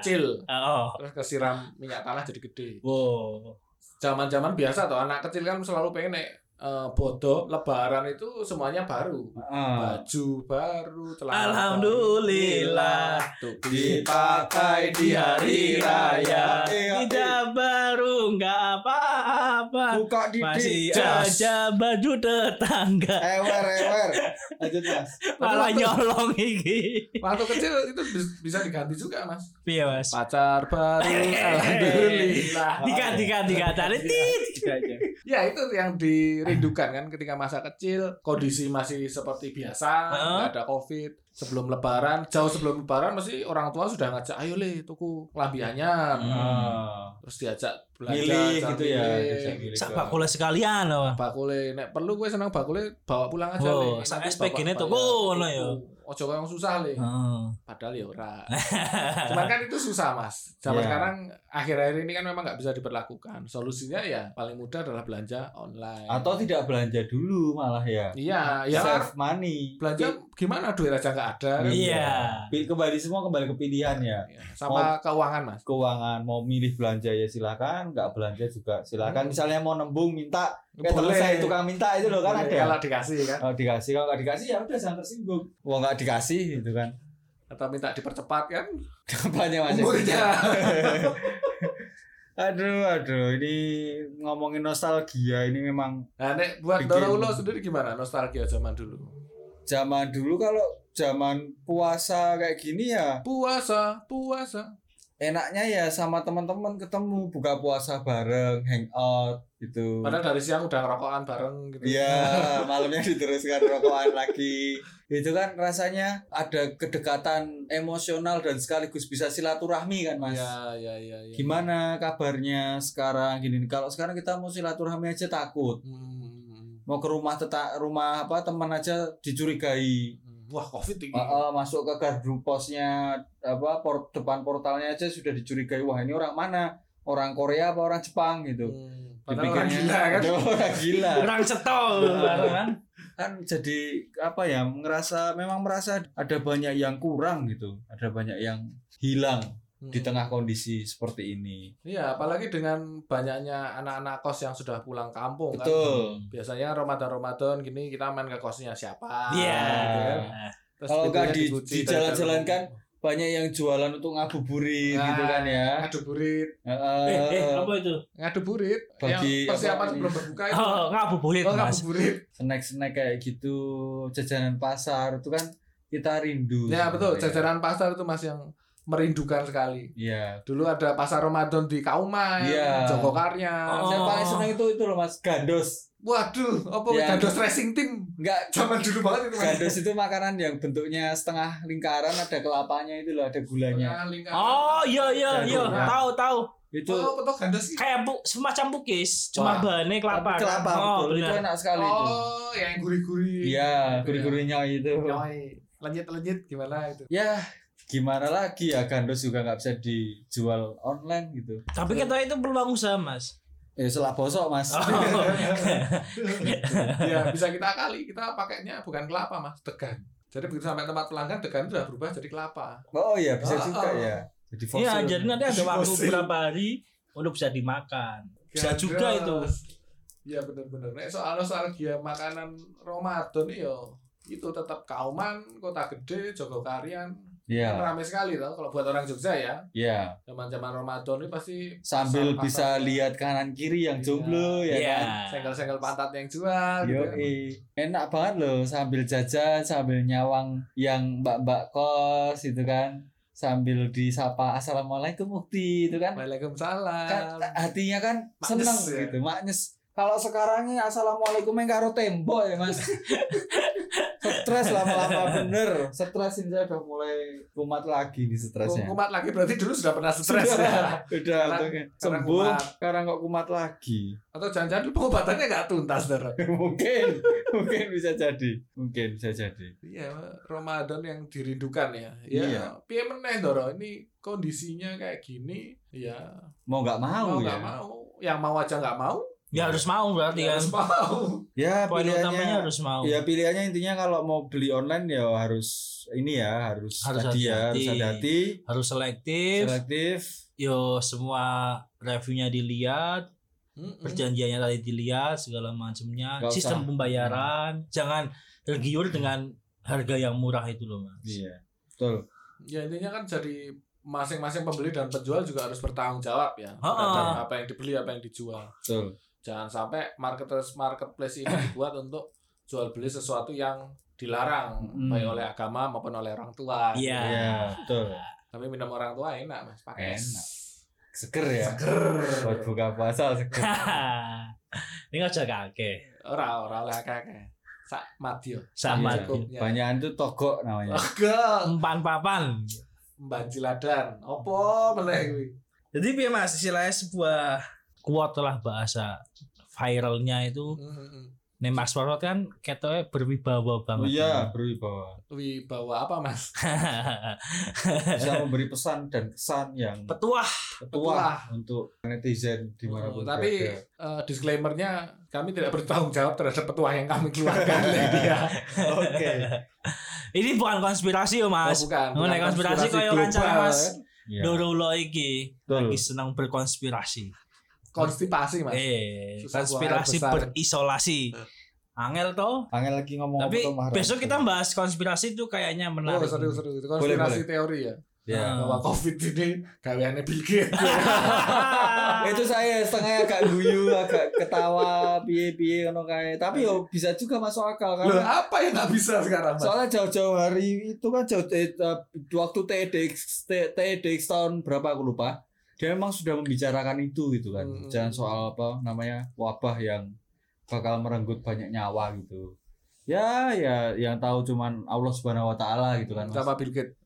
S3: kecil
S4: [LAUGHS] Oh.
S3: terus kesiram minyak tanah jadi gede
S4: Wow.
S3: zaman zaman biasa tuh anak kecil kan selalu pengen nek eh, bodoh lebaran itu semuanya baru
S2: Ah.
S3: baju baru celana baru.
S4: Alhamdulillah.
S3: Tuh.
S2: Dipakai di hari raya.
S3: Iya,
S4: Tidak baru nggak apa-apa.
S2: Buka di
S4: Masih
S2: jas.
S4: aja baju tetangga
S2: Ewer ewer. Lanjut mas.
S3: Eh,
S4: malah
S3: waktu-
S4: nyolong iki. [LAUGHS]
S3: waktu kecil itu bis- bisa diganti juga mas
S4: Piye, Mas?
S3: pacar
S2: [LAUGHS]
S3: baru alhamdulillah
S4: Diganti ganti katane tit.
S3: Ya itu yang dirindukan kan ketika masa kecil kondisi masih seperti biasa
S4: Heeh.
S3: nggak ada covid sebelum lebaran jauh sebelum lebaran mesti orang tua sudah ngajak ayo le tuku lambi anyar
S2: Ah.
S3: terus diajak belanja
S2: Milih
S3: cara
S2: gitu ya.
S3: milih.
S2: Bisa milih.
S4: Sak bakule sekalian loh.
S3: bakule nek perlu gue seneng bakule bawa pulang aja
S4: Oh,
S3: le
S4: sak
S3: Nanti
S4: SPG -ne
S3: bapak
S4: tuku,
S3: bayar.
S4: ngono ya.
S3: Tuku. ojo yang susah le
S4: Heeh.
S3: padahal ya ora
S2: [LAUGHS]
S3: cuman kan itu susah mas zaman
S2: Ya.
S3: sekarang akhir-akhir ini kan memang nggak bisa diberlakukan solusinya ya paling mudah adalah belanja online
S2: Atau tidak belanja dulu malah ya.
S3: Iya, ya
S2: Save money.
S3: belanja gimana duit aja nggak ada kan?
S4: Iya.
S2: Pi- Kembali semua kembali ke pilihan ya.
S3: Iya. sama keuangan mas
S2: keuangan mau milih belanja ya silakan nggak belanja juga silakan
S3: Hmm.
S2: misalnya mau nembung minta kayak temen saya itu kan minta itu loh kan
S3: Boleh
S2: ada
S3: kalau dikasih kan
S2: kalau dikasih kalau nggak dikasih ya udah jangan tersinggung mau nggak dikasih gitu kan
S3: atau minta dipercepat kan
S2: banyak masih
S3: umurnya
S2: [LAUGHS] aduh aduh ini ngomongin nostalgia ini memang
S3: nah nek buat
S2: Bikin.
S3: Dora Ulo sendiri gimana nostalgia zaman dulu
S2: zaman dulu kalau zaman puasa kayak gini ya
S3: puasa puasa
S2: enaknya ya sama teman-teman ketemu buka puasa bareng hangout gitu
S3: padahal dari siang udah rokokan bareng gitu
S2: Iya, malamnya diteruskan rokokan lagi. Itu kan rasanya ada kedekatan emosional dan sekaligus bisa silaturahmi kan, Mas.
S3: iya iya iya iya.
S2: Gimana kabarnya sekarang gini? Kalau sekarang kita mau silaturahmi aja takut.
S3: Hmm, hmm, hmm,
S2: Mau ke rumah teta rumah apa teman aja dicurigai.
S3: hmm. wah covid ini.
S2: Heeh, masuk ke gardu posnya apa por- depan portalnya aja sudah dicurigai wah ini orang mana orang Korea apa orang Jepang gitu
S3: Hmm, padahal orang gila kan.
S2: Aduh, orang gila
S4: Orang cetol. kan?
S2: kan jadi apa ya ngerasa memang merasa ada banyak yang kurang gitu ada banyak yang hilang di
S3: Hmm.
S2: tengah kondisi seperti ini
S3: Iya, apalagi dengan banyaknya anak-anak kos yang sudah pulang kampung kan.
S2: betul
S3: Biasanya Ramadan-Ramadan gini kita main ke kosnya siapa.
S4: Iya.
S3: gitu kan. Terus
S2: Kalau nggak
S3: pintunya
S2: di-
S3: dikunci
S2: di
S3: dari
S2: jalan-jalan kan?
S3: dalam.
S2: banyak yang jualan untuk ngabuburit
S3: Nah,
S2: gitu kan ya
S3: Ngadu burit,
S2: Heeh.
S4: Eh, eh, apa itu?
S3: ngadu burit.
S2: Bagi
S3: yang persiapan
S2: apa- iya,
S3: sebelum berbuka itu.
S4: Oh, ngabuburit,
S3: Oh,
S4: Mas.
S3: ngabuburit.
S2: snack-snack kayak gitu jajanan pasar itu kan kita rindu
S3: Ya betul,
S2: sebenarnya.
S3: jajaran pasar itu Mas yang merindukan sekali.
S2: iya
S3: Dulu ada pasar Ramadan di Kauman,
S2: Iya.
S3: Jogokarya.
S4: Oh.
S2: Saya paling seneng itu itu loh mas gandos.
S3: Waduh, apa
S2: Iya.
S3: Gandos Racing Team?
S2: Enggak
S3: Zaman dulu banget itu Mas.
S2: gandos itu makanan yang bentuknya setengah lingkaran ada kelapanya itu loh ada gulanya.
S3: Tengah lingkaran.
S4: Oh, iya iya iya,
S2: Jagung.
S4: tahu tahu.
S2: Itu
S3: Oh, betul Gandos itu.
S4: Kayak bu, semacam pukis, cuma
S2: Wah.
S4: bahannya kelapa.
S2: tapi
S4: kan?
S2: kelapa
S4: Oh,
S2: betul itu
S4: benar.
S2: enak sekali itu.
S3: Oh, yang gurih-gurih.
S2: Iya gurih-gurihnya itu.
S4: Iya.
S3: Nyoi. Lenyit-lenyit gimana itu?
S2: Ya gimana lagi ya gandos juga nggak bisa dijual online gitu.
S4: Tapi kita itu peluang usaha, Mas.
S2: Ya setelah bosok mas.
S4: Oh.
S3: ya, bisa kita akali. Kita pakainya bukan kelapa, Mas, degan. Jadi begitu sampai tempat pelanggan, degan itu sudah berubah jadi kelapa.
S2: [LAUGHS] Oh iya bisa
S3: Oh,
S2: juga
S3: oh.
S2: ya. Jadi fosil.
S4: Ah, [LAUGHS] Iya, jadi nanti ada waktu
S3: Fosil.
S4: berapa hari untuk bisa dimakan. Bisa
S3: Gandos.
S4: juga itu.
S3: Iya, benar-benar. Nek soal nostalgia makanan Ramadan yo itu tetap Kauman, Kota Gede, Jogokarian.
S2: Iya
S3: Ramai sekali tau kalau buat orang Jogja ya.
S2: iya.
S3: Zaman-zaman Ramadan ini pasti
S2: Sambil
S3: pasar-pasar.
S2: bisa lihat kanan kiri yang
S3: Iya.
S2: jomblo ya kan.
S4: Iya.
S3: senggel-senggel pantat yang jual
S2: Yo,
S3: gitu kan.
S2: enak banget loh sambil jajan, sambil nyawang yang mbak-mbak kos gitu kan, sambil disapa assalamualaikum mukti itu kan,
S3: Waalaikumsalam.
S2: kan hatinya kan
S3: Maknyes
S2: seneng
S3: ya.
S2: gitu, maknyes. Kalau sekarang ini assalamualaikum yang karo tembok ya
S3: [LAUGHS]
S2: mas. stres lama-lama bener, stres ini saya udah mulai kumat lagi nih stresnya.
S3: Kumat lagi berarti dulu sudah pernah stres ya.
S2: Sudah, [LAUGHS] udah
S3: Sekarang-
S2: untungnya.
S3: sekarang
S2: sembuh,
S3: kumat.
S2: sekarang kok kumat lagi.
S3: Atau jangan-jangan dulu pengobatannya nggak tuntas Dara.
S2: [LAUGHS] mungkin, mungkin bisa jadi, mungkin bisa jadi.
S3: Iya, Ramadan yang dirindukan ya. Ya,
S2: Iya.
S3: piye meneh Dara, ini kondisinya kayak gini, ya
S2: mau nggak mau,
S3: mau
S2: ya
S3: nggak mau, yang mau aja nggak mau,
S4: Ya harus mau berarti
S3: ya
S4: kan.
S3: harus mau.
S2: ya
S4: Poin utamanya
S2: pilihannya
S4: harus mau.
S2: ya pilihannya intinya kalau mau beli online ya harus ini ya harus,
S4: Harus
S2: tadi ya harus
S4: hati-hati.
S2: hati
S4: Harus selektif.
S2: selektif
S4: Yo semua reviewnya dilihat,
S3: Mm-mm.
S4: perjanjiannya tadi dilihat, segala macamnya,
S2: Hmm. Nggak usah.
S4: sistem pembayaran, jangan tergiur dengan harga yang murah itu loh mas.
S2: iya betul
S3: Ya intinya kan jadi masing-masing pembeli dan penjual juga harus bertanggung jawab ya.
S4: Ha-ha.
S3: terhadap apa yang dibeli, apa yang dijual.
S2: betul
S3: jangan sampai marketplace marketplace ini dibuat untuk jual beli sesuatu yang dilarang
S2: Mm.
S3: baik oleh agama maupun oleh orang tua.
S4: Iya.
S2: iya betul
S3: Tapi minum orang tua enak mas, pakai es.
S2: Enak. seger ya
S3: Seger.
S2: buat buka puasa seger
S4: [LAUGHS] Ini nggak usah kakek
S3: Ora ora oleh kakek. Sak mati yo.
S4: [LAUGHS] sama
S2: Iya.
S4: tuh.
S3: Cukupnya.
S2: banyakan tuh togok
S4: Iya.
S3: [LAUGHS]
S2: namanya
S3: Oh, Agak
S4: empan papan.
S3: Mbak Jiladan. Opo meneh kuwi?
S4: Jadi biar mas istilahnya sebuah kuat lah bahasa viralnya itu.
S3: Mm-mm.
S4: Nih mas Warot kan ketoknya berwibawa banget.
S2: iya berwibawa
S3: Kuwi bawa apa mas?
S2: bisa memberi pesan dan kesan yang
S4: [LAUGHS] Petuah.
S2: petuah untuk netizen
S3: Oh,
S2: dimanapun
S3: tapi
S2: berada.
S3: eh, disclaimernya kami tidak bertanggung jawab terhadap petuah yang kami
S4: [LAUGHS]
S3: keluarkan Lady, ya.
S2: oke [LAUGHS]
S4: Ini bukan konspirasi yo mas.
S3: Oh, bukan. ya.
S4: Mengenai konspirasi kayak rancangan, Mas.
S2: Iya,
S4: Doro lo iki
S2: betul
S4: lagi senang berkonspirasi.
S3: Konstipasi mas.
S4: Eh,
S3: Susah
S4: konspirasi
S3: keluar besar. Eh.
S4: berisolasi. Angel toh.
S2: Angel lagi ngomong apa
S4: Tapi
S2: tuh, Mas?
S4: besok kita bahas konspirasi itu kayaknya
S3: Oh,
S4: menarik. [LAUGHS] Oh.
S3: seru seru itu konspirasi teori ya
S2: Iya.
S4: Ah.
S3: bahwa covid ini gaweannya Bill
S4: [LAUGHS]
S3: Gates.
S2: Nah,
S3: [LAUGHS]
S2: itu saya setengah agak guyu agak ketawa piye piye ngono kae tapi yo bisa juga masuk akal
S3: Loh,
S2: karena
S3: apa yang nggak bisa sekarang mas?
S2: soalnya jauh-jauh hari itu kan jauh eh, eh, waktu TEDx T- TEDx tahun berapa aku lupa dia memang sudah membicarakan itu gitu kan
S3: Mm-mm.
S2: jangan soal apa namanya wabah yang bakal merenggut banyak nyawa gitu ya ya yang tahu cuman Allah Subhanahu Wa Taala gitu kan mas.
S3: sama Bill Gates.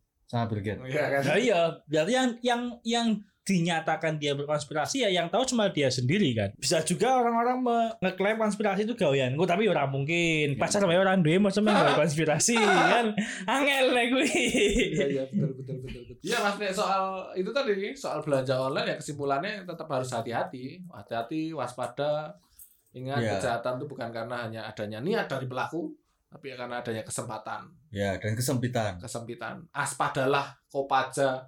S2: sama
S4: Nah,
S2: Bill Gates
S3: Iya kan?
S4: Ya iya, berarti yang yang yang dinyatakan dia berkonspirasi ya yang tahu cuma dia sendiri kan. Bisa juga orang-orang me- ngeklaim konspirasi itu gaweanku tapi ya ora mungkin.
S3: Ya.
S4: Pasar wae orang duwe masa main gawe
S3: [LAUGHS]
S4: konspirasi kan. Angel nek kuwi.
S3: Iya iya betul betul betul. betul. Iya Mas Nek soal itu tadi soal belanja online ya kesimpulannya tetap harus hati-hati, hati-hati, waspada. Ingat
S2: Iya.
S3: kejahatan itu bukan karena hanya adanya niat dari pelaku, tapi karena adanya kesempatan,
S2: ya dan kesempitan
S3: kesempitan. Aspadalah, kopaja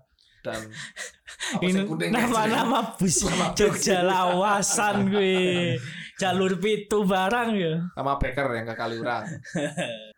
S4: [LAUGHS]
S3: dan apa sih
S4: Ini
S3: kuning
S4: Nama-nama bus
S3: [LAUGHS] Nama bus.
S4: Jogja lawasan
S3: [LAUGHS]
S4: gue Jalur pitu barang ya
S3: sama Becker yang ke
S4: [LAUGHS]
S3: Kaliurang.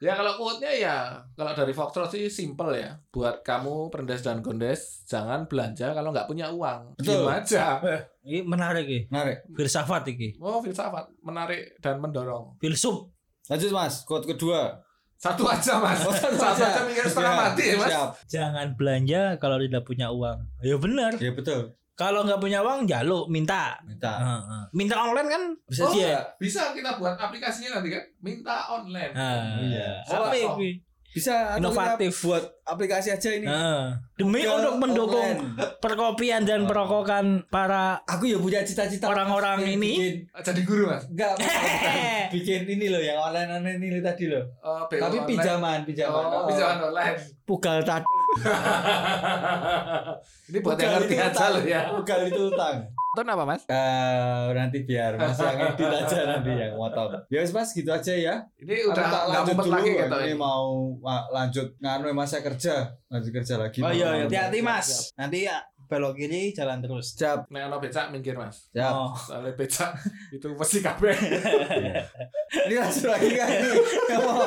S3: ya kalau quote-nya ya kalau dari Foxtrot sih simple ya. Buat kamu perendes dan gondes jangan belanja kalau nggak punya uang.
S2: Betul.
S3: Diem aja.
S4: [LAUGHS] Ini menarik ya
S2: menarik
S4: Filsafat ini
S3: Oh filsafat menarik dan mendorong.
S4: Filsuf
S2: lanjut mas quote kedua
S3: Satu aja mas.
S2: Oh,
S3: satu,
S2: aja.
S3: Kan aja mikir setengah
S2: Iya,
S3: mati ya mas.
S2: siap.
S4: Jangan belanja kalau tidak punya uang Ya benar
S2: ya betul
S4: Kalau nggak punya uang jaluk minta
S2: minta
S4: Heeh. Minta online kan bisa
S3: Oh,
S4: dia.
S2: ya-
S3: Bisa kita buat aplikasinya nanti kan. Minta online.
S4: Ah,
S2: Iya.
S4: apa
S3: Oh,
S4: ya,
S3: oh.
S4: kuwi?
S2: bisa atau
S4: Inovatif.
S2: kita buat aplikasi aja ini
S4: Heeh. Demi
S2: Ke
S4: untuk mendukung
S2: online.
S4: perkopian
S2: Oh.
S4: dan perokokan para
S2: aku ya punya cita-cita
S4: Orang-orang
S2: Bikin-
S4: ini.
S2: bikin,
S3: Eh, Jadi guru mas.
S4: [LAUGHS]
S2: enggak bikin ini loh yang online online ini tadi loh
S3: Eh, BO
S2: tapi ya,
S3: online.
S2: pinjaman pinjaman
S3: Oh, pinjaman online.
S4: pugal tadi.
S3: Ini
S2: Oh.
S3: buat yang ngerti
S2: iya,
S3: aja loh ya.
S2: bukan itu utang
S3: Tonton apa mas?
S2: Eh, nanti biar mas yang edit aja nanti yang motong ya wes, mas gitu aja ya Aku
S3: Ini udah
S2: tak
S3: nggak
S2: lanjut
S3: mumpet
S2: dulu
S3: lagi
S2: kan.
S3: gitu.
S2: ini mau ah, lanjut nganu emang saya kerja lanjut kerja lagi
S4: Oh iya,
S2: Mau-
S4: iya. hati-hati
S3: Siap,
S4: mas. Nanti ya belok kiri jalan terus.
S2: siap
S3: Nek ono becak minggir mas.
S2: siap
S4: Oh.
S3: Soalnya
S2: [LAUGHS]
S3: becak itu pasti kabeh.
S2: ini lanjut lagi kan ini Nggak mau.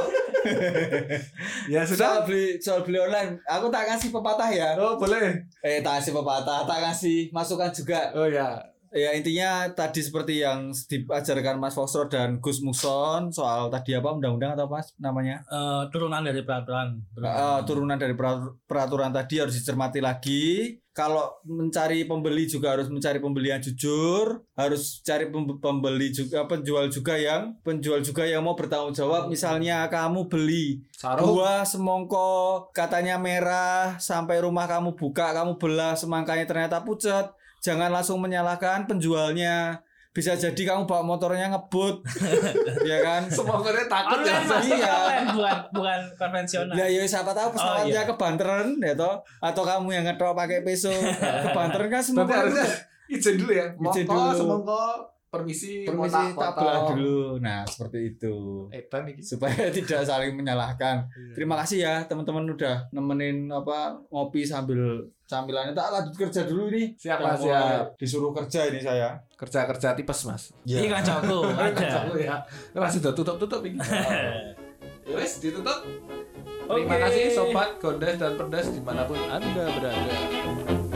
S3: ya
S2: soal beli soal beli online aku tak kasih pepatah ya
S3: Oh boleh.
S2: eh tak kasih pepatah tak kasih masukan juga
S3: Oh ya.
S2: ya intinya tadi seperti yang diajarkan Mas Fosro dan Gus Mukson soal tadi apa undang-undang atau apa namanya
S4: Eh, turunan dari peraturan.
S2: Eh, turunan dari peratur- peraturan tadi harus dicermati lagi kalau mencari pembeli juga harus mencari pembeli yang jujur harus cari pem- pembeli juga penjual juga yang penjual juga yang mau bertanggung jawab misalnya kamu beli
S3: Sarung.
S2: buah semongko katanya merah sampai rumah kamu buka kamu belah semangkanya ternyata pucat jangan langsung menyalahkan penjualnya bisa
S4: Iya.
S2: jadi kamu bawa motornya
S4: [LAUGHS]
S2: ngebut ya kan
S3: Semoga dia takut ya.
S4: Online mas,
S2: Iya.
S4: online bukan bukan konvensional.
S2: Nah, ya siapa tahu pesawatnya
S4: Oh, iya.
S2: kebanteran ya toh atau kamu yang ngetok pakai
S4: [LAUGHS]
S2: peso kebanteran kan semua
S3: Berarti harusnya [LAUGHS] izin dulu ya.
S2: Izin
S3: Mongko
S2: dulu.
S3: semongko permisi
S2: permisi tak belah dulu. Nah, seperti itu.
S3: Edan iki.
S2: Supaya [LAUGHS] tidak saling menyalahkan.
S4: Iya.
S2: Terima kasih ya teman-teman udah nemenin apa ngopi sambil camilannya. Tak lanjut kerja dulu nih.
S3: Siap
S2: Yang
S3: mas
S2: mulai
S3: ya.
S2: Disuruh kerja ini saya.
S3: Kerja-kerja tipes mas.
S4: Ini kan jago
S3: [LAUGHS]
S4: ada.
S3: Satu ya. Terus sudah tutup-tutup [LAUGHS] ini. Ya wes ditutup. Terima
S4: Oke.
S3: kasih sobat Gondes dan Perdes dimanapun Anda berada.